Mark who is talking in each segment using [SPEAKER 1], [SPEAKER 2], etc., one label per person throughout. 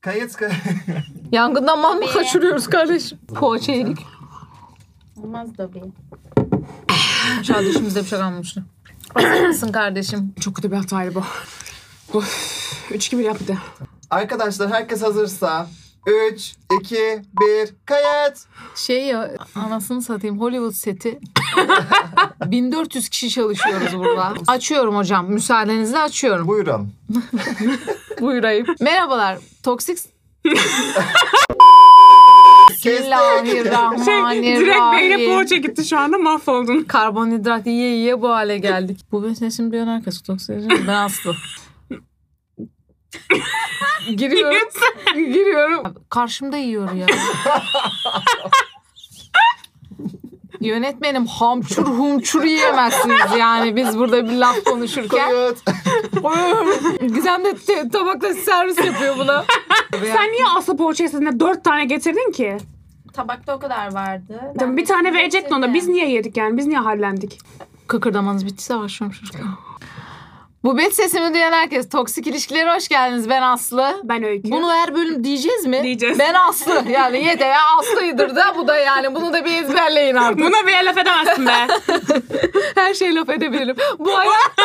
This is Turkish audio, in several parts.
[SPEAKER 1] Kayıt kay-
[SPEAKER 2] Yangından mal mı kaçırıyoruz kardeşim? Poğaça yedik.
[SPEAKER 3] Olmaz da bir.
[SPEAKER 2] Aşağı dişimizde bir şey kalmamıştı. Hazır mısın kardeşim?
[SPEAKER 4] Çok kötü bir hataydı bu. Of. 3-2-1 yaptı.
[SPEAKER 1] Arkadaşlar herkes hazırsa 3, 2, 1 kayıt.
[SPEAKER 2] Şey ya anasını satayım Hollywood seti. 1400 kişi çalışıyoruz burada. Açıyorum hocam. Müsaadenizle açıyorum.
[SPEAKER 1] Buyurun.
[SPEAKER 2] Buyur ayıp. Merhabalar. Toksik... Bismillahirrahmanirrahim.
[SPEAKER 4] Şey, direkt beyne poğaça gitti şu anda mahvoldun.
[SPEAKER 2] Karbonhidrat yiye yiye bu hale geldik. Bu meselesini duyan herkes toksik. Ben Aslı. Giriyorum. Giriyorum. Karşımda yiyor ya. Yönetmenim hamçur humçur yiyemezsiniz yani biz burada bir laf konuşurken.
[SPEAKER 1] Kayıt.
[SPEAKER 2] Gizem de te- tabakla servis yapıyor buna.
[SPEAKER 4] Sen niye aslı poğaçasına dört tane getirdin ki?
[SPEAKER 3] Tabakta o kadar vardı.
[SPEAKER 4] Değil mi?
[SPEAKER 3] Ben
[SPEAKER 4] bir tane
[SPEAKER 3] de
[SPEAKER 4] verecektin ona. Biz
[SPEAKER 3] getirdim.
[SPEAKER 4] niye yedik yani? Biz niye hallendik?
[SPEAKER 2] Kıkırdamanız bittiyse başlıyorum şurada. Bu bet sesimi duyan herkes. Toksik ilişkilere hoş geldiniz. Ben Aslı.
[SPEAKER 4] Ben öykü.
[SPEAKER 2] Bunu her bölüm diyeceğiz mi?
[SPEAKER 4] Diyeceğiz.
[SPEAKER 2] Ben Aslı. Yani yete ya Aslı'ydır da bu da yani. Bunu da bir ezberleyin artık.
[SPEAKER 4] Buna bile laf edemezsin be.
[SPEAKER 2] Her şeyi laf edebilirim. Bu hayatta,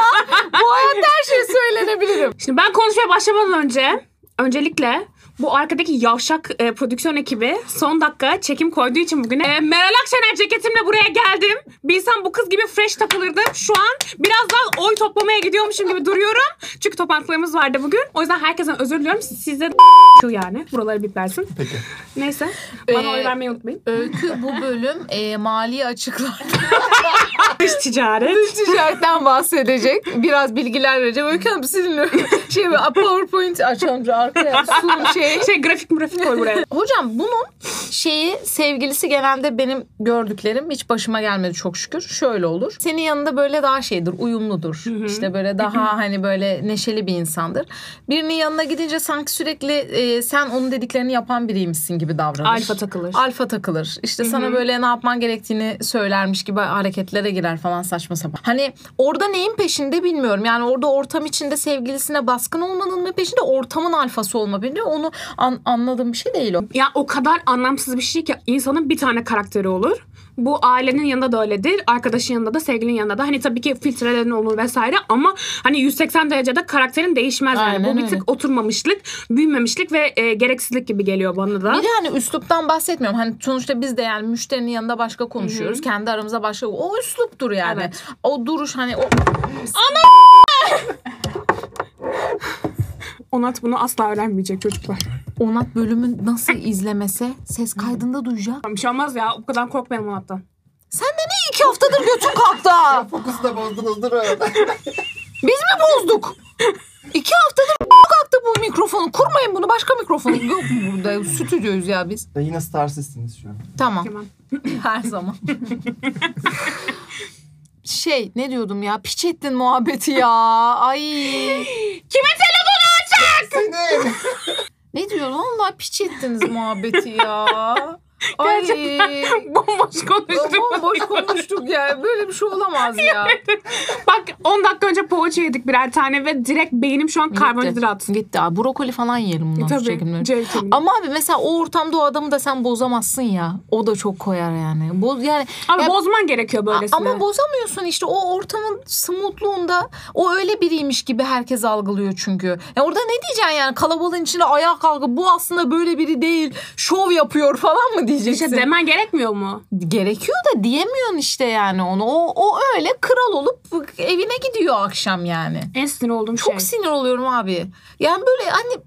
[SPEAKER 2] bu hayatta her şeyi söylenebilirim.
[SPEAKER 4] Şimdi ben konuşmaya başlamadan önce öncelikle bu arkadaki yavşak e, prodüksiyon ekibi son dakika çekim koyduğu için bugüne e, Meral Akşener ceketimle buraya geldim. Bilsem bu kız gibi fresh takılırdım. Şu an biraz daha oy toplamaya gidiyormuşum gibi duruyorum. Çünkü toplantılarımız vardı bugün. O yüzden herkesten özür diliyorum. Size şu yani. Buraları biplersin.
[SPEAKER 1] Peki.
[SPEAKER 4] Neyse. Bana
[SPEAKER 2] Ee,
[SPEAKER 4] oy vermeyi unutmayın.
[SPEAKER 2] Öykü bu bölüm e, mali açıklar.
[SPEAKER 4] Dış ticaret.
[SPEAKER 2] Ticaretten bahsedecek. Biraz bilgiler vereceğim. Öykü Hanım sizinle şey, PowerPoint açalım. Arkaya sunum şey.
[SPEAKER 4] Şey grafik grafik koy buraya.
[SPEAKER 2] Hocam bunun şeyi sevgilisi genelde benim gördüklerim hiç başıma gelmedi çok şükür. Şöyle olur. Senin yanında böyle daha şeydir, uyumludur. İşte böyle daha hani böyle neşeli bir insandır. Birinin yanına gidince sanki sürekli e, sen onun dediklerini yapan biriymişsin gibi davranır.
[SPEAKER 4] Alfa takılır.
[SPEAKER 2] Alfa takılır. İşte sana böyle ne yapman gerektiğini söylermiş gibi hareketlere girer falan saçma sapan. Hani orada neyin peşinde bilmiyorum. Yani orada ortam içinde sevgilisine baskın olmanın mı peşinde ortamın alfası olma peşinde. Onu an- anladığım bir şey değil o.
[SPEAKER 4] Ya o kadar anlamsız bir şey ki insanın bir tane karakteri olur. Bu ailenin yanında da öyledir. Arkadaşın yanında da, sevgilinin yanında da. Hani tabii ki filtrelerin olur vesaire ama hani 180 derecede karakterin değişmez yani.
[SPEAKER 2] Aynen
[SPEAKER 4] Bu bir
[SPEAKER 2] öyle.
[SPEAKER 4] tık oturmamışlık, büyümemişlik ve e, gereksizlik gibi geliyor bana da.
[SPEAKER 2] Bir de hani üsluptan bahsetmiyorum. Hani sonuçta biz de yani müşterinin yanında başka konuşuyoruz. Kendi aramızda başka. O üsluptur yani.
[SPEAKER 4] Evet.
[SPEAKER 2] O duruş hani o
[SPEAKER 4] Onat bunu asla öğrenmeyecek çocuklar.
[SPEAKER 2] Onat bölümün nasıl izlemese ses kaydında duyacak.
[SPEAKER 4] Tamam, bir şey olmaz ya. O kadar korkmayalım Onat'tan.
[SPEAKER 2] Sen de ne iki haftadır götün kalktı ha?
[SPEAKER 1] Fokusu da bozdunuz durun.
[SPEAKER 2] Biz mi bozduk? İki haftadır kalktı bu mikrofonu. Kurmayın bunu başka mikrofon. Yok mu burada? Stüdyoyuz ya biz.
[SPEAKER 1] Ya Yine starsizsiniz şu an.
[SPEAKER 2] Tamam.
[SPEAKER 4] Tamam.
[SPEAKER 2] Her zaman. şey ne diyordum ya? Piç ettin muhabbeti ya. Ay.
[SPEAKER 1] Senin.
[SPEAKER 2] Ne diyorsun? Vallahi piç ettiniz muhabbeti ya. Ay.
[SPEAKER 4] Gerçekten bomboş konuştum.
[SPEAKER 2] Bomboş konuştuk ya. Böyle bir şey olamaz ya.
[SPEAKER 4] Bak 10 dakika önce poğaça yedik birer tane ve direkt beynim şu an karbonhidrat.
[SPEAKER 2] Gitti.
[SPEAKER 4] E,
[SPEAKER 2] Gitti abi. Brokoli falan yiyelim bundan sonra
[SPEAKER 4] Tabii.
[SPEAKER 2] çekimleri.
[SPEAKER 4] C vitamini.
[SPEAKER 2] Ama abi mesela o ortamda o adamı da sen bozamazsın ya. O da çok koyar yani. Boz yani
[SPEAKER 4] Abi
[SPEAKER 2] Ya-
[SPEAKER 4] bozman gerekiyor böylesine.
[SPEAKER 2] ama bozamıyorsun işte o ortamın smutluğunda o öyle biriymiş gibi herkes algılıyor çünkü. Ya orada ne diyeceksin yani kalabalığın içinde ayağa kalkıp bu aslında böyle biri değil şov yapıyor falan mı diyeceksin?
[SPEAKER 4] İşte demen gerekmiyor mu?
[SPEAKER 2] Gerekiyor da diyemiyorsun işte yani onu. O, o öyle kral olup evine gidiyor akşam yani.
[SPEAKER 4] En sinir olduğum
[SPEAKER 2] Çok
[SPEAKER 4] şey.
[SPEAKER 2] sinir oluyorum abi. Yani böyle hani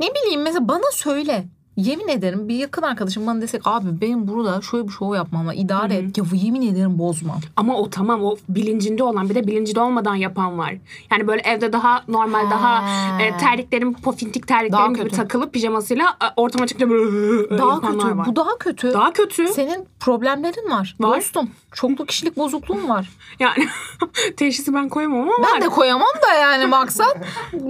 [SPEAKER 2] ne bileyim mesela bana söyle. Yemin ederim bir yakın arkadaşım bana desek abi benim burada şöyle bir şov yapmama idare et. Ya bu yemin ederim bozmam.
[SPEAKER 4] Ama o tamam o bilincinde olan bir de bilincinde olmadan yapan var. Yani böyle evde daha normal daha
[SPEAKER 2] Ha.
[SPEAKER 4] e, terliklerim pofintik terliklerim
[SPEAKER 2] Daha
[SPEAKER 4] gibi
[SPEAKER 2] kötü.
[SPEAKER 4] takılıp pijamasıyla e, ortama çıkınca böyle
[SPEAKER 2] Daha
[SPEAKER 4] yapanlar
[SPEAKER 2] kötü.
[SPEAKER 4] var.
[SPEAKER 2] Bu daha kötü.
[SPEAKER 4] Daha kötü.
[SPEAKER 2] Senin problemlerin var.
[SPEAKER 4] Var.
[SPEAKER 2] Dostum çoklu kişilik bozukluğun var.
[SPEAKER 4] Yani teşhisi ben koyamam ama var.
[SPEAKER 2] Ben de koyamam da yani maksat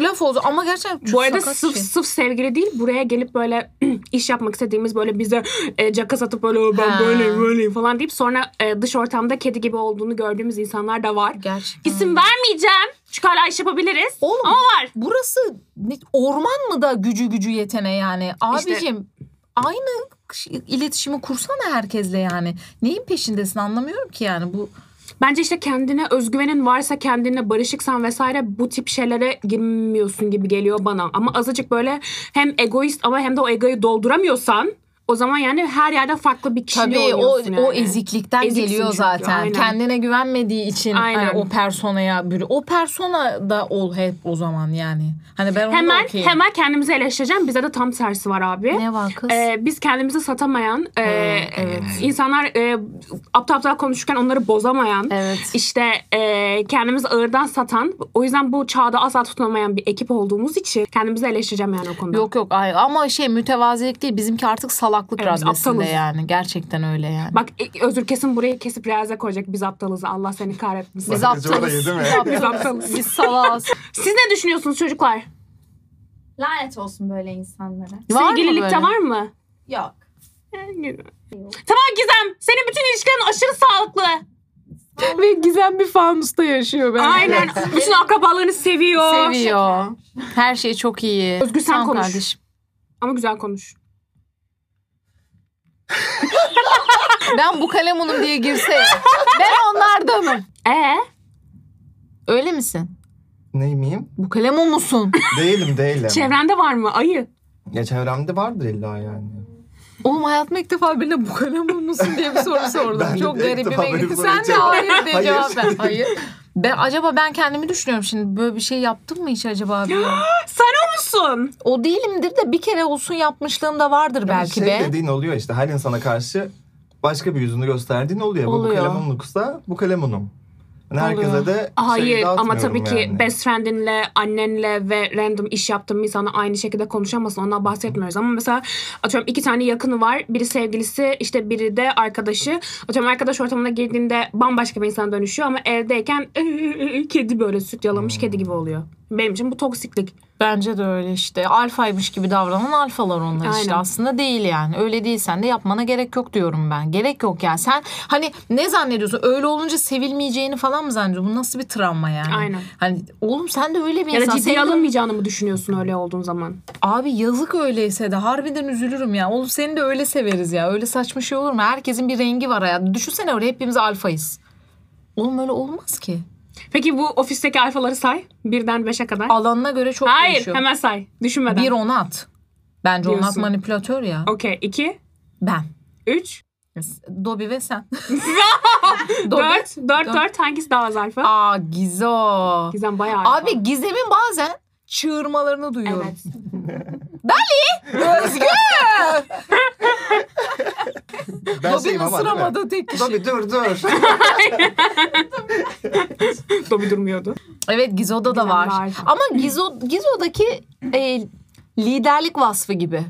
[SPEAKER 2] laf olsun. Ama gerçekten çok
[SPEAKER 4] Bu arada
[SPEAKER 2] sakat
[SPEAKER 4] sırf
[SPEAKER 2] şey.
[SPEAKER 4] sırf sevgili değil buraya gelip böyle iş yapmak istediğimiz böyle bize e, caka satıp böyle "O ben
[SPEAKER 2] Ha.
[SPEAKER 4] böyleyim böyleyim falan deyip sonra e, dış ortamda kedi gibi olduğunu gördüğümüz insanlar da var.
[SPEAKER 2] Gerçekten.
[SPEAKER 4] İsim vermeyeceğim. Çıkarla iş yapabiliriz.
[SPEAKER 2] Oğlum
[SPEAKER 4] Ama var.
[SPEAKER 2] burası ne- orman mı da gücü gücü yetene yani?
[SPEAKER 4] İşte-
[SPEAKER 2] Abicim aynı kış- iletişimi kursana herkesle yani. Neyin peşindesin anlamıyorum ki yani bu.
[SPEAKER 4] Bence işte kendine özgüvenin varsa kendine barışıksan vesaire bu tip şeylere girmiyorsun gibi geliyor bana. Ama azıcık böyle hem egoist ama hem de o egoyu dolduramıyorsan o zaman yani her yerde farklı bir kişiliği
[SPEAKER 2] Tabii o,
[SPEAKER 4] oluyorsun
[SPEAKER 2] o
[SPEAKER 4] yani.
[SPEAKER 2] eziklikten
[SPEAKER 4] Eziksin
[SPEAKER 2] geliyor
[SPEAKER 4] çünkü,
[SPEAKER 2] zaten.
[SPEAKER 4] aynen.
[SPEAKER 2] Kendine güvenmediği için
[SPEAKER 4] Aynen.
[SPEAKER 2] e, o personaya bürü. O persona da ol hep o zaman yani. Hani ben onu
[SPEAKER 4] Hemen
[SPEAKER 2] okeyim.
[SPEAKER 4] hemen kendimizi eleştireceğim. Bizde de tam tersi var abi.
[SPEAKER 2] Ne var kız?
[SPEAKER 4] Ee, biz kendimizi satamayan, e,
[SPEAKER 2] evet.
[SPEAKER 4] insanlar e, aptal aptal konuşurken onları bozamayan,
[SPEAKER 2] evet.
[SPEAKER 4] işte e, kendimizi ağırdan satan, o yüzden bu çağda asla tutunamayan bir ekip olduğumuz için kendimizi eleştireceğim yani o konuda.
[SPEAKER 2] Yok yok ay- ama şey mütevazilik değil bizimki artık salaklık
[SPEAKER 4] Evet, biz
[SPEAKER 2] raddesinde
[SPEAKER 4] aptalız.
[SPEAKER 2] yani. Gerçekten öyle yani.
[SPEAKER 4] Bak e, özür kesin burayı kesip reaze koyacak biz aptalız. Allah seni kahretmesin.
[SPEAKER 2] Biz
[SPEAKER 1] Bakın acaba da
[SPEAKER 2] aptalız.
[SPEAKER 1] yedi mi?
[SPEAKER 2] Biz
[SPEAKER 4] Biz
[SPEAKER 2] aptalız.
[SPEAKER 4] aptalız.
[SPEAKER 2] Biz salağız.
[SPEAKER 4] Siz ne düşünüyorsunuz çocuklar?
[SPEAKER 3] Lanet olsun böyle insanlara.
[SPEAKER 2] Var mı
[SPEAKER 4] Sevgililikte
[SPEAKER 2] böyle?
[SPEAKER 4] var mı?
[SPEAKER 3] Yok.
[SPEAKER 4] Tamam Gizem. Senin bütün ilişkilerin aşırı sağlıklı.
[SPEAKER 2] Ve Gizem bir fanusta yaşıyor. Ben
[SPEAKER 4] Aynen. Bütün akrabalarını seviyor.
[SPEAKER 2] Seviyor. Her şey çok iyi.
[SPEAKER 4] Özgür sen
[SPEAKER 2] Tamam
[SPEAKER 4] konuş.
[SPEAKER 2] kardeşim.
[SPEAKER 4] Ama güzel konuş.
[SPEAKER 2] Ben bu kalemunum diye girseydim. ben onlardanım.
[SPEAKER 4] Ee?
[SPEAKER 2] Öyle misin?
[SPEAKER 1] Ney miyim?
[SPEAKER 2] Bu kalemun musun?
[SPEAKER 1] Değilim değilim.
[SPEAKER 4] Çevrende var mı? Ayı.
[SPEAKER 1] Ya çevremde vardır illa yani.
[SPEAKER 2] Oğlum hayatımda ilk defa birine bu kalemun musun diye bir soru sordum.
[SPEAKER 1] Ben de
[SPEAKER 2] Çok
[SPEAKER 1] ilk defa
[SPEAKER 2] garibime
[SPEAKER 1] böyle
[SPEAKER 2] gitti.
[SPEAKER 1] bir
[SPEAKER 2] Sen de
[SPEAKER 1] soru
[SPEAKER 2] hayır diye
[SPEAKER 1] Hayır.
[SPEAKER 2] cevap ver. Hayır. Ben, acaba ben kendimi düşünüyorum şimdi. Böyle bir şey yaptım mı hiç acaba? bilmiyorum.
[SPEAKER 4] Musun?
[SPEAKER 2] o değilimdir de bir kere olsun yapmışlığım da vardır
[SPEAKER 1] Ama
[SPEAKER 2] belki
[SPEAKER 1] şey
[SPEAKER 2] be.
[SPEAKER 1] dediğin oluyor işte her insana karşı başka bir yüzünü gösterdiğin oluyor. Bu
[SPEAKER 2] Oluyor.
[SPEAKER 1] kalemunluksa bu kalemunum. Yani herkese
[SPEAKER 2] Oluyor.
[SPEAKER 1] de
[SPEAKER 4] Hayır
[SPEAKER 1] şeyi
[SPEAKER 4] ama
[SPEAKER 1] dağıtmıyorum
[SPEAKER 4] tabii ki
[SPEAKER 1] Şey, yani.
[SPEAKER 4] best friendinle, annenle ve random iş yaptığın bir insana aynı şekilde konuşamazsın. Ondan bahsetmiyoruz ama mesela atıyorum iki tane yakını var. Biri sevgilisi işte biri de arkadaşı. Atıyorum arkadaş ortamına girdiğinde bambaşka bir insana dönüşüyor ama evdeyken kedi böyle süt yalamış kedi gibi oluyor. Benim için bu toksiklik.
[SPEAKER 2] Bence de öyle işte. Alfaymış gibi davranan alfalar onlar işte.
[SPEAKER 4] Aynen.
[SPEAKER 2] Aslında değil yani. Öyle değilsen de yapmana gerek yok diyorum ben. Gerek yok yani. Sen hani ne zannediyorsun? Öyle olunca sevilmeyeceğini falan mı zannediyorsun? Bu nasıl bir travma yani?
[SPEAKER 4] Aynen.
[SPEAKER 2] Hani oğlum sen de öyle bir
[SPEAKER 4] Ya da
[SPEAKER 2] insan.
[SPEAKER 4] ciddiye
[SPEAKER 2] Senin-
[SPEAKER 4] alınmayacağını mı düşünüyorsun öyle olduğun zaman?
[SPEAKER 2] Abi yazık öyleyse de harbiden üzülürüm ya. Oğlum seni de öyle severiz ya. Öyle saçma şey olur mu? Herkesin bir rengi var hayatında. Düşünsene öyle hepimiz alfayız. Oğlum öyle olmaz ki.
[SPEAKER 4] Peki bu ofisteki alfaları say. Birden beşe kadar.
[SPEAKER 2] Alanına göre çok
[SPEAKER 4] Hayır
[SPEAKER 2] değişiyor.
[SPEAKER 4] hemen say. Düşünmeden.
[SPEAKER 2] Bir ona at. Bence ona at
[SPEAKER 4] Diyorsun.
[SPEAKER 2] manipülatör ya.
[SPEAKER 4] Okey. iki,
[SPEAKER 2] Ben.
[SPEAKER 4] üç,
[SPEAKER 2] Dobi ve sen.
[SPEAKER 4] dört. Dört,
[SPEAKER 2] Dört.
[SPEAKER 4] dört. Hangisi daha az alfa?
[SPEAKER 2] Aa Gizo.
[SPEAKER 4] Gizem bayağı alfa.
[SPEAKER 2] Abi Gizem'in bazen çığırmalarını duyuyorum.
[SPEAKER 4] Evet.
[SPEAKER 2] Özgür.
[SPEAKER 1] ben
[SPEAKER 2] Dobi'nin
[SPEAKER 1] şeyim ama değil mi?
[SPEAKER 2] ısıramadığı tek kişi.
[SPEAKER 1] Dobi dur dur.
[SPEAKER 4] Dobi durmuyordu.
[SPEAKER 2] Evet Gizo'da da
[SPEAKER 4] Gizem
[SPEAKER 2] var.
[SPEAKER 4] var.
[SPEAKER 2] Ama Gizo Gizo'daki e, liderlik vasfı gibi.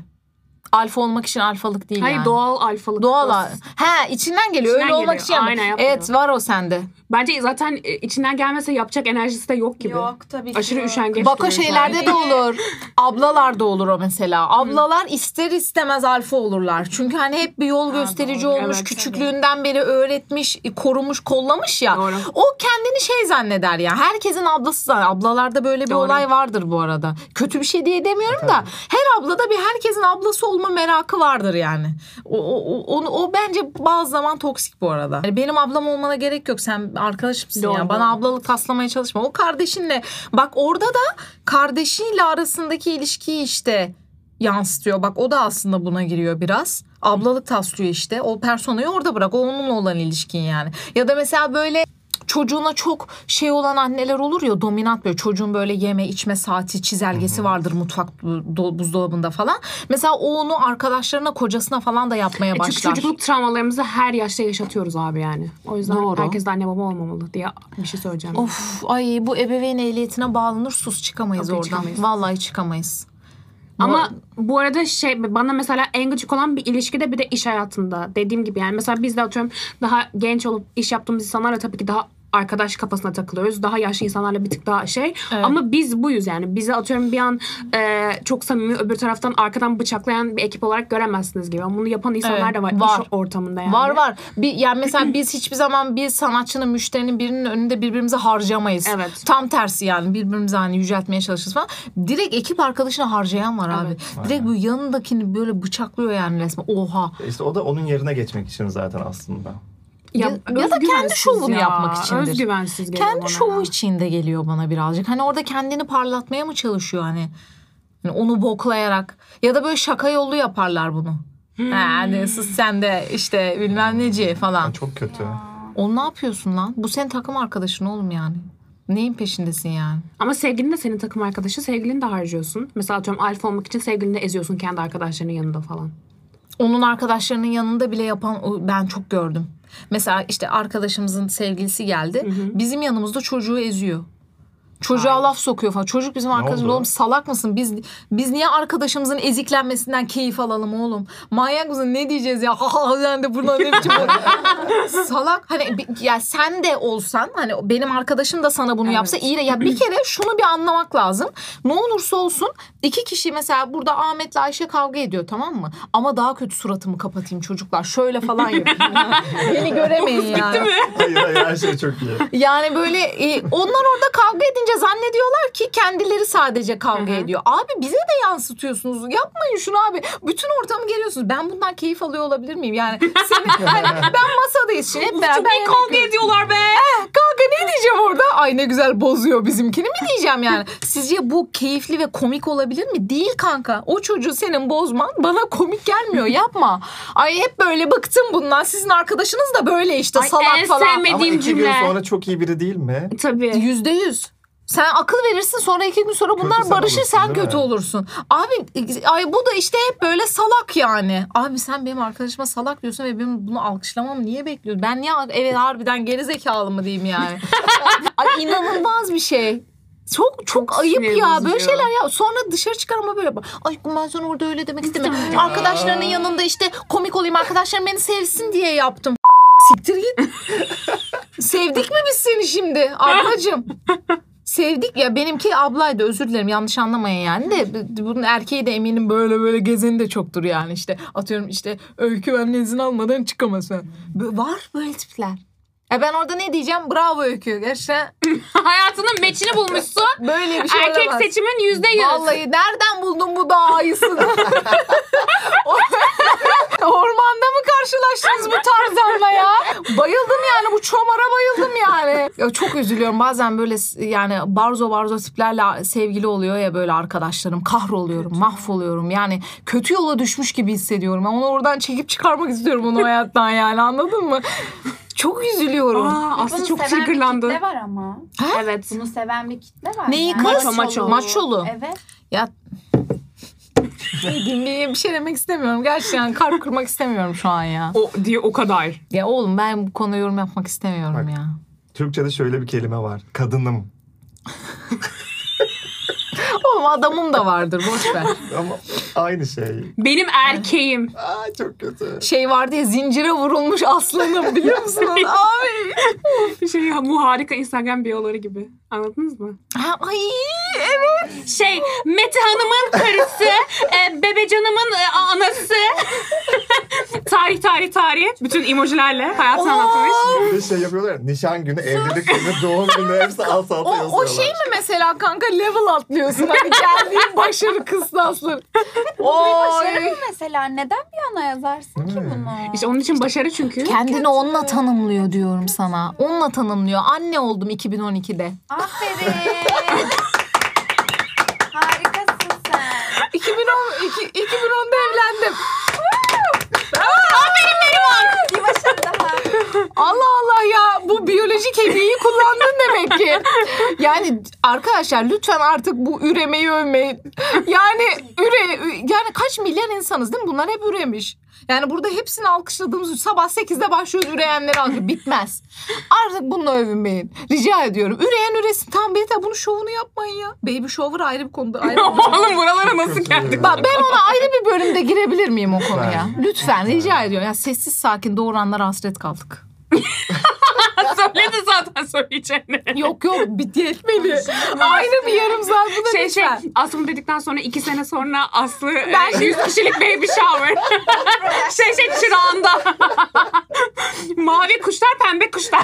[SPEAKER 2] Alfa olmak için alfalık değil
[SPEAKER 4] Hayır
[SPEAKER 2] yani.
[SPEAKER 4] doğal alfalık.
[SPEAKER 2] Doğal.
[SPEAKER 4] Dost.
[SPEAKER 2] Ha içinden geliyor.
[SPEAKER 4] İçinden
[SPEAKER 2] Öyle olmak
[SPEAKER 4] geliyor.
[SPEAKER 2] için. yapmıyor.
[SPEAKER 4] Aynen, yapmıyor.
[SPEAKER 2] evet var o sende.
[SPEAKER 4] Bence zaten e, içinden gelmese yapacak enerjisi de yok gibi.
[SPEAKER 3] Yok tabii ki.
[SPEAKER 4] Aşırı
[SPEAKER 3] yok.
[SPEAKER 4] üşengeç.
[SPEAKER 2] Bak o
[SPEAKER 4] duruyor şu an.
[SPEAKER 2] şeylerde de olur. Ablalar da olur o mesela. Ablalar ister istemez alfa olurlar. Çünkü hani hep bir yol gösterici
[SPEAKER 3] doğru.
[SPEAKER 2] olmuş.
[SPEAKER 4] Evet,
[SPEAKER 2] küçüklüğünden beri öğretmiş, korumuş, kollamış ya.
[SPEAKER 4] Doğru.
[SPEAKER 2] O kendini şey zanneder ya. Herkesin ablası zanneder. Ablalarda böyle bir
[SPEAKER 4] Doğru.
[SPEAKER 2] olay vardır bu arada. Kötü bir şey diye demiyorum da her ablada bir herkesin ablası olma merakı vardır yani. O, o, o, onu- o bence bazı zaman toksik bu arada. Yani benim ablam olmana gerek yok. Sen arkadaşımsın
[SPEAKER 4] Doğru,
[SPEAKER 2] ya. Bana
[SPEAKER 4] doğru.
[SPEAKER 2] ablalık taslamaya çalışma. O kardeşinle. Bak orada da kardeşiyle arasındaki ilişkiyi işte yansıtıyor. Bak o da aslında buna giriyor biraz. Ablalık taslıyor işte. O personayı orada bırak. O onunla olan ilişkin yani. Ya da mesela böyle çocuğuna çok şey olan anneler olur ya dominant böyle çocuğun böyle yeme içme saati çizelgesi vardır mutfak do- buzdolabında falan. Mesela o onu arkadaşlarına kocasına falan da yapmaya
[SPEAKER 4] E çünkü
[SPEAKER 2] başlar.
[SPEAKER 4] çocukluk travmalarımızı her yaşta yaşatıyoruz abi yani. O yüzden
[SPEAKER 2] Doğru.
[SPEAKER 4] herkes de anne baba olmamalı diye bir şey söyleyeceğim.
[SPEAKER 2] Of ay bu ebeveyn ehliyetine bağlanır sus çıkamayız
[SPEAKER 4] Okey,
[SPEAKER 2] oradan.
[SPEAKER 4] çıkamayız.
[SPEAKER 2] Vallahi çıkamayız.
[SPEAKER 4] Ama bu arada şey bana mesela en gıcık olan bir ilişkide bir de iş hayatında. Dediğim gibi yani mesela biz de atıyorum daha genç olup iş yaptığımız insanlarla tabii ki daha arkadaş kafasına takılıyoruz. Daha yaşlı insanlarla bir tık daha şey.
[SPEAKER 2] Evet.
[SPEAKER 4] Ama biz buyuz yani. Bizi atıyorum bir an e, çok samimi öbür taraftan arkadan bıçaklayan bir ekip olarak göremezsiniz gibi. Ama bunu yapan insanlar
[SPEAKER 2] Evet,
[SPEAKER 4] da var,
[SPEAKER 2] var.
[SPEAKER 4] iş ortamında yani.
[SPEAKER 2] Var var. Bir, yani mesela biz hiçbir zaman bir sanatçının, müşterinin birinin önünde birbirimizi harcamayız.
[SPEAKER 4] Evet.
[SPEAKER 2] Tam tersi yani birbirimizi hani yüceltmeye çalışırız falan. Direkt ekip arkadaşına harcayan var abi.
[SPEAKER 4] Evet.
[SPEAKER 2] Direkt bu yanındakini böyle bıçaklıyor yani resmen. Oha.
[SPEAKER 1] İşte o da onun yerine geçmek için zaten aslında.
[SPEAKER 2] Ya- ya da kendi
[SPEAKER 4] özgüvensiz
[SPEAKER 2] şovunu yapmak içindir.
[SPEAKER 4] Özgüvensiz geliyor
[SPEAKER 2] Kendi
[SPEAKER 4] bana
[SPEAKER 2] şovu
[SPEAKER 4] ya.
[SPEAKER 2] içinde geliyor bana birazcık. Hani orada kendini parlatmaya mı çalışıyor hani? Hani onu boklayarak ya da böyle şaka yolu yaparlar bunu.
[SPEAKER 4] Hmm.
[SPEAKER 2] Yani sus sen de işte bilmem neci falan.
[SPEAKER 1] Yani çok kötü.
[SPEAKER 2] Onu ne yapıyorsun lan? Bu senin takım arkadaşın oğlum yani. Neyin peşindesin yani?
[SPEAKER 4] Ama sevgilin de senin takım arkadaşı. Sevgilini de harcıyorsun. Mesela atıyorum alfa olmak için sevgilini de eziyorsun kendi arkadaşlarının yanında falan.
[SPEAKER 2] Onun arkadaşlarının yanında bile yapan o- ben çok gördüm. Mesela işte arkadaşımızın sevgilisi geldi. Bizim yanımızda çocuğu eziyor. Çocuğa laf sokuyor falan. Çocuk bizim arkadaşımız
[SPEAKER 1] oldu?
[SPEAKER 2] oğlum salak mısın? Biz biz niye arkadaşımızın eziklenmesinden keyif alalım oğlum? Manyak mısın? Ne diyeceğiz ya? Ha ha ha, sen de buna ne biçim salak hani bi- ya sen de olsan hani benim arkadaşım da sana bunu
[SPEAKER 4] Evet.
[SPEAKER 2] yapsa iyi de ya bir kere şunu bir anlamak lazım. Ne olursa olsun iki kişi mesela burada Ahmet'le Ayşe kavga ediyor tamam mı? Ama daha kötü suratımı kapatayım çocuklar. Şöyle falan yapayım. Beni göremeyin yani.
[SPEAKER 1] Hayır hayır her şey çok iyi.
[SPEAKER 2] Yani böyle e, onlar orada kavga edince zannediyorlar ki kendileri sadece kavga
[SPEAKER 4] Hı hı.
[SPEAKER 2] ediyor. Abi bize de yansıtıyorsunuz. Yapmayın şunu abi. Bütün ortamı geriyorsunuz. Ben bundan keyif alıyor olabilir miyim? Yani seni, yani ben masadayız şimdi hep beraber. yemek
[SPEAKER 4] kavga ediyorlar be.
[SPEAKER 2] Kanka ne diyeceğim orada? Ay ne güzel bozuyor bizimkini mi diyeceğim yani? Sizce bu keyifli ve komik olabilir mi? Değil kanka. O çocuğu senin bozman bana komik gelmiyor. Yapma. Ay hep böyle bıktım bundan. Sizin arkadaşınız da böyle işte
[SPEAKER 4] Ay, en
[SPEAKER 2] salak falan.
[SPEAKER 4] sevmediğim-
[SPEAKER 1] Ama
[SPEAKER 4] Dediğim
[SPEAKER 1] iki gün
[SPEAKER 4] cümle.
[SPEAKER 1] sonra çok iyi biri değil mi?
[SPEAKER 4] Tabii.
[SPEAKER 2] Yüzde yüz. Sen akıl verirsin sonra iki gün sonra bunlar
[SPEAKER 1] Kötü sen
[SPEAKER 2] barışır
[SPEAKER 1] olursun,
[SPEAKER 2] sen
[SPEAKER 1] değil mi?
[SPEAKER 2] kötü olursun. Abi ay bu da işte hep böyle salak yani. Abi sen benim arkadaşıma salak diyorsun ve benim bunu alkışlamam niye bekliyorsun? Ben niye evet harbiden geri zekalı mı diyeyim yani? ay inanılmaz bir şey. Çok çok, ayıp
[SPEAKER 4] sinir
[SPEAKER 2] ya
[SPEAKER 4] bozucu.
[SPEAKER 2] böyle şeyler ya. Sonra dışarı çıkar ama böyle bak. Ay ben sonra orada öyle demek istemedim. Arkadaşlarının yanında işte komik olayım arkadaşlarım beni sevsin diye yaptım. Siktir git. Sevdik mi biz seni şimdi ablacığım? Sevdik ya benimki ablaydı özür dilerim yanlış anlamayın yani de b- bunun erkeği de eminim böyle böyle gezeni de çoktur yani işte atıyorum işte öykü benden izin almadan çıkamaz falan. B- Var böyle tipler. E ben orada ne diyeceğim? Bravo öykü. Gerçekten
[SPEAKER 4] Hayatının meçini bulmuşsun.
[SPEAKER 2] böyle bir şey
[SPEAKER 4] Erkek
[SPEAKER 2] olamaz.
[SPEAKER 4] seçimin yüzde yüz.
[SPEAKER 2] Vallahi nereden buldun bu daha iyisini? Ormanda mı karşılaştınız bu tarzanla ya? Bayıldım yani bu çomara bayıldım yani. Ya çok üzülüyorum bazen böyle s- yani barzo barzo tiplerle sevgili oluyor ya böyle arkadaşlarım. Kahroluyorum, mahvoluyorum. Yani kötü yola düşmüş gibi hissediyorum. Ama onu oradan çekip çıkarmak istiyorum onu hayattan yani anladın mı? Çok üzülüyorum.
[SPEAKER 4] Aa,
[SPEAKER 3] Bunu
[SPEAKER 4] Aslı çok
[SPEAKER 3] seven bir
[SPEAKER 4] triggerlandı.
[SPEAKER 3] kitle var ama.
[SPEAKER 4] Evet.
[SPEAKER 3] Bunu seven bir kitle var.
[SPEAKER 2] Neyi
[SPEAKER 3] yani.
[SPEAKER 2] kız?
[SPEAKER 4] Maço, maço.
[SPEAKER 2] Maçolu.
[SPEAKER 3] Evet.
[SPEAKER 2] Ya dinleyeyim bir şey demek istemiyorum. Gerçekten kalp kırmak istemiyorum şu an ya.
[SPEAKER 4] O diye o kadar.
[SPEAKER 2] Ya oğlum ben bu konuya yorum yapmak istemiyorum
[SPEAKER 1] Bak.
[SPEAKER 2] ya.
[SPEAKER 1] Türkçe'de şöyle bir kelime var. Kadınım.
[SPEAKER 2] Oğlum adamım da vardır boş ver.
[SPEAKER 1] Ama aynı şey.
[SPEAKER 4] Benim erkeğim.
[SPEAKER 1] Aa çok kötü.
[SPEAKER 2] Şey vardı ya zincire vurulmuş aslanım biliyor musun? onu? Abi.
[SPEAKER 4] Şey bu harika Instagram biyoları gibi. Anladınız mı?
[SPEAKER 2] Ha, Ay evet.
[SPEAKER 4] Şey Mete Hanım'ın karısı, e, Bebecanım'ın e, anası. tarih tarih tarih. Bütün emojilerle hayatını anlatmış.
[SPEAKER 1] Bir de şey yapıyorlar ya, nişan günü, evlilik günü, doğum günü hepsi alt alta
[SPEAKER 2] O,
[SPEAKER 1] yazıyorlar.
[SPEAKER 2] o şey mi mesela kanka level atlıyorsun hani geldiğin başarı kıstaslı. Oy.
[SPEAKER 3] Başarı mı mesela? Neden bir ana yazarsın ki bunu?
[SPEAKER 4] İşte onun için başarı çünkü.
[SPEAKER 2] Kendini onunla tanımlıyor diyorum sana. Onunla tanımlıyor. Anne oldum 2012'de.
[SPEAKER 3] Aferin. Harikasın sen.
[SPEAKER 2] 2010 iki- 2010'da evlendim.
[SPEAKER 3] Bir başarı daha.
[SPEAKER 2] Allah Allah ya bu biyolojik hediyeyi kullandın demek ki. Yani arkadaşlar lütfen artık bu üremeyi övmeyin. Yani üre yani kaç milyar insanız değil mi? Bunlar hep üremiş. Yani burada hepsini alkışladığımız sabah 8'de başlıyoruz üreyenleri alkış. Bitmez. Artık bununla övünmeyin. Rica ediyorum. Üreyen üresin. Tam bir de bunun şovunu yapmayın ya. Baby shower ayrı bir konuda. Ayrı bir
[SPEAKER 4] Oğlum buralara nasıl
[SPEAKER 1] Kötü
[SPEAKER 4] geldik?
[SPEAKER 1] ya.
[SPEAKER 2] Bak ben ona ayrı bir bölümde girebilir miyim o konuya?
[SPEAKER 1] Lütfen.
[SPEAKER 2] Lütfen rica ediyorum. Ya sessiz sakin doğuranlara hasret kaldık.
[SPEAKER 4] Söyledi zaten söyleyeceğini.
[SPEAKER 2] yok yok bitti yetmedi. Aynı bir yarım saat buna
[SPEAKER 4] Şey şey
[SPEAKER 2] lütfen.
[SPEAKER 4] Aslı'nı dedikten sonra iki sene sonra Aslı ben 100 kişilik baby shower. şey şey çırağında. Mavi kuşlar pembe kuşlar.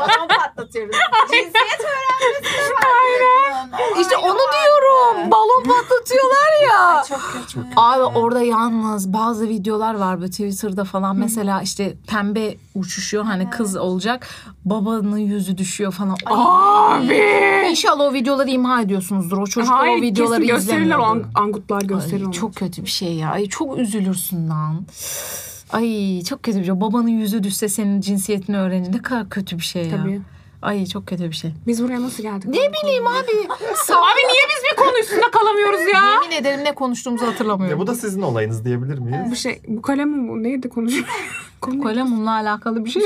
[SPEAKER 3] Balon patlatıyoruz. Cinsiyet öğrenmesine var.
[SPEAKER 2] İşte onu diyorum. Balon patlatıyorlar ya.
[SPEAKER 3] Çok kötü.
[SPEAKER 2] Abi orada yalnız bazı videolar var böyle Twitter'da falan mesela işte pembe uçuşuyor hani kız olacak babanın yüzü düşüyor falan. Abi! İnşallah o videoları imha ediyorsunuzdur. O çocuklar
[SPEAKER 4] Hayır
[SPEAKER 2] o videoları
[SPEAKER 4] kesin gösterirler o
[SPEAKER 2] izlemiyor.
[SPEAKER 4] ang- angutlar gösterir
[SPEAKER 2] Ay,
[SPEAKER 4] onu.
[SPEAKER 2] çok kötü bir şey ya. Ay, çok üzülürsün lan. Ay çok kötü bir şey. Babanın yüzü düşse senin cinsiyetini öğrenince ne kadar kötü bir şey ya.
[SPEAKER 4] Tabii.
[SPEAKER 2] Ay çok kötü bir şey.
[SPEAKER 4] Biz buraya nasıl geldik?
[SPEAKER 2] Ne bileyim abi. Sağ
[SPEAKER 4] Abi niye biz bir konu üstünde kalamıyoruz ya?
[SPEAKER 2] Yemin ederim ne konuştuğumuzu hatırlamıyorum.
[SPEAKER 1] Ya bu da sizin olayınız diyebilir miyiz?
[SPEAKER 4] Bu şey bu kalem mi bu? Neydi konuşuyor? Konu
[SPEAKER 2] Kolem bununla alakalı bir şey.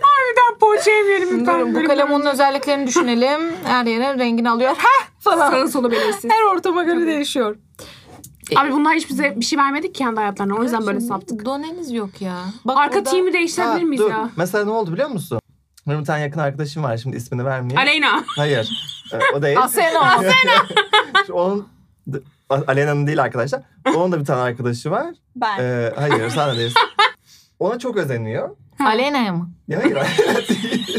[SPEAKER 4] neden poğaça yemeyelim lütfen.
[SPEAKER 2] Bilmiyorum, bu kalem onun özelliklerini düşünelim. Her yere rengini alıyor. Heh falan.
[SPEAKER 4] Sağa sola belirsiz.
[SPEAKER 2] Her ortama göre değişiyor.
[SPEAKER 4] Abi bunlar hiç bize bir şey vermedik ki kendi hayatlarına. O yüzden böyle saptık.
[SPEAKER 2] Doneniz yok ya. Bak
[SPEAKER 4] Arka
[SPEAKER 2] orada-
[SPEAKER 4] team'i değiştirebilir miyiz
[SPEAKER 1] dur.
[SPEAKER 4] ya?
[SPEAKER 1] Mesela ne oldu biliyor musun? Benim bir tane yakın arkadaşım var şimdi ismini vermeyeyim.
[SPEAKER 4] Aleyna.
[SPEAKER 1] Hayır. Ee, O değil.
[SPEAKER 2] Asena.
[SPEAKER 1] Şu Onun Alena'nın değil arkadaşlar. Onun da bir tane arkadaşı var.
[SPEAKER 3] Ben.
[SPEAKER 1] Ee, hayır sen de değilsin. Ona çok özeniyor.
[SPEAKER 2] Alena'ya mı?
[SPEAKER 1] Ya hayır Alena değil.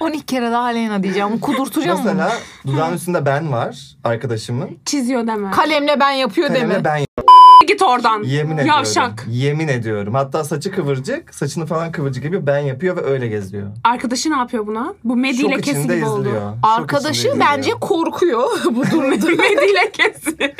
[SPEAKER 2] 12 kere daha Alena diyeceğim. Kudurtacağım onu.
[SPEAKER 1] Mesela dudağın üstünde ben var arkadaşımın.
[SPEAKER 4] Çiziyor deme.
[SPEAKER 2] Kalemle ben yapıyor deme.
[SPEAKER 1] Kalemle ben
[SPEAKER 4] Git oradan.
[SPEAKER 1] yemin ediyorum.
[SPEAKER 4] Yavşak.
[SPEAKER 1] Yemin ediyorum. Hatta saçı kıvırcık, saçını falan kıvırcık gibi ben yapıyor ve öyle geziyor.
[SPEAKER 4] Arkadaşı ne yapıyor buna? Bu Medi ile
[SPEAKER 1] Şok
[SPEAKER 4] kesi
[SPEAKER 1] içinde
[SPEAKER 4] gibi oldu.
[SPEAKER 1] eziliyor. Şok
[SPEAKER 2] Arkadaşı
[SPEAKER 1] içinde
[SPEAKER 2] bence
[SPEAKER 1] eziliyor.
[SPEAKER 2] korkuyor bu durumda.
[SPEAKER 4] Medi ile kesi.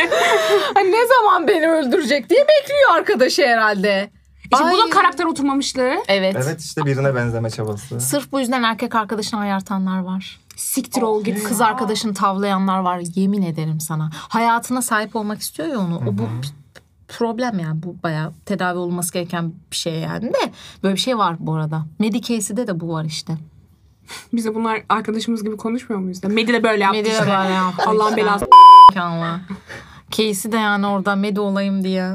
[SPEAKER 2] Hani ne zaman beni öldürecek diye bekliyor arkadaşı herhalde.
[SPEAKER 4] İşte bu da
[SPEAKER 2] Ay.
[SPEAKER 4] karakter oturmamışlığı.
[SPEAKER 2] Evet.
[SPEAKER 1] Evet işte birine benzeme çabası.
[SPEAKER 2] Sırf bu yüzden erkek arkadaşını ayartanlar var.
[SPEAKER 4] Siktir ol git.
[SPEAKER 2] Kız arkadaşını tavlayanlar var yemin ederim sana. Hayatına sahip olmak istiyor ya onu. O bu p- problem yani bu bayağı tedavi olması gereken bir şey yani de böyle bir şey var bu arada. Medicase'de de bu var işte.
[SPEAKER 4] Bize bunlar arkadaşımız gibi konuşmuyor muyuz da? Medi de böyle yaptı
[SPEAKER 2] Medi de
[SPEAKER 4] işte.
[SPEAKER 2] böyle yaptı
[SPEAKER 4] Allah'ın
[SPEAKER 2] işte.
[SPEAKER 4] belası.
[SPEAKER 2] Allah. Case'i de yani orada medi olayım diye.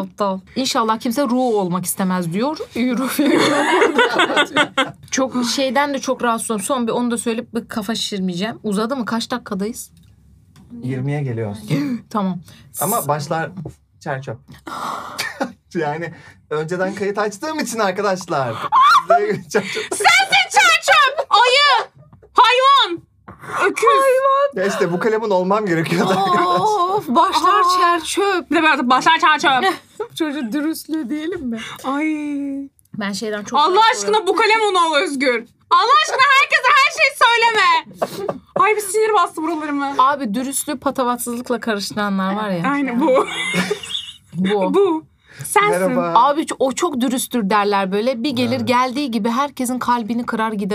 [SPEAKER 2] Aptal. İnşallah kimse ruh olmak istemez diyor. Ruh çok şeyden de çok rahatsız oldum. Son bir onu da söyleyip bir kafa şişirmeyeceğim. Uzadı mı? Kaç dakikadayız?
[SPEAKER 1] 20'ye geliyoruz.
[SPEAKER 2] Tamam.
[SPEAKER 1] Ama başlar çerçöp. yani önceden kayıt açtığım için arkadaşlar. Size çerçöp.
[SPEAKER 4] Çerçöp! Ayı! Hayvan! Öküz!
[SPEAKER 1] Ya işte bu kalemin olmam gerekiyordu.
[SPEAKER 2] Oh. Of başlar
[SPEAKER 4] Aa.
[SPEAKER 2] çer çöp.
[SPEAKER 4] Bir de böyle başlar çerçöp.
[SPEAKER 2] Çocuğu dürüstlüğü diyelim mi?
[SPEAKER 4] Ay.
[SPEAKER 2] Ben şeyden çok...
[SPEAKER 4] Allah aşkına bu kalem ona ol Özgür. Allah aşkına herkese her şeyi söyleme. Ay bir sinir bastı buralarıma.
[SPEAKER 2] Abi dürüstlüğü patavatsızlıkla karıştıranlar var ya. Oh.
[SPEAKER 4] Aynen bu.
[SPEAKER 2] Bu.
[SPEAKER 4] Bu. Sensin.
[SPEAKER 1] Merhaba.
[SPEAKER 2] Abi o çok dürüsttür derler böyle. Bir gelir geldiği gibi herkesin kalbini kırar gider.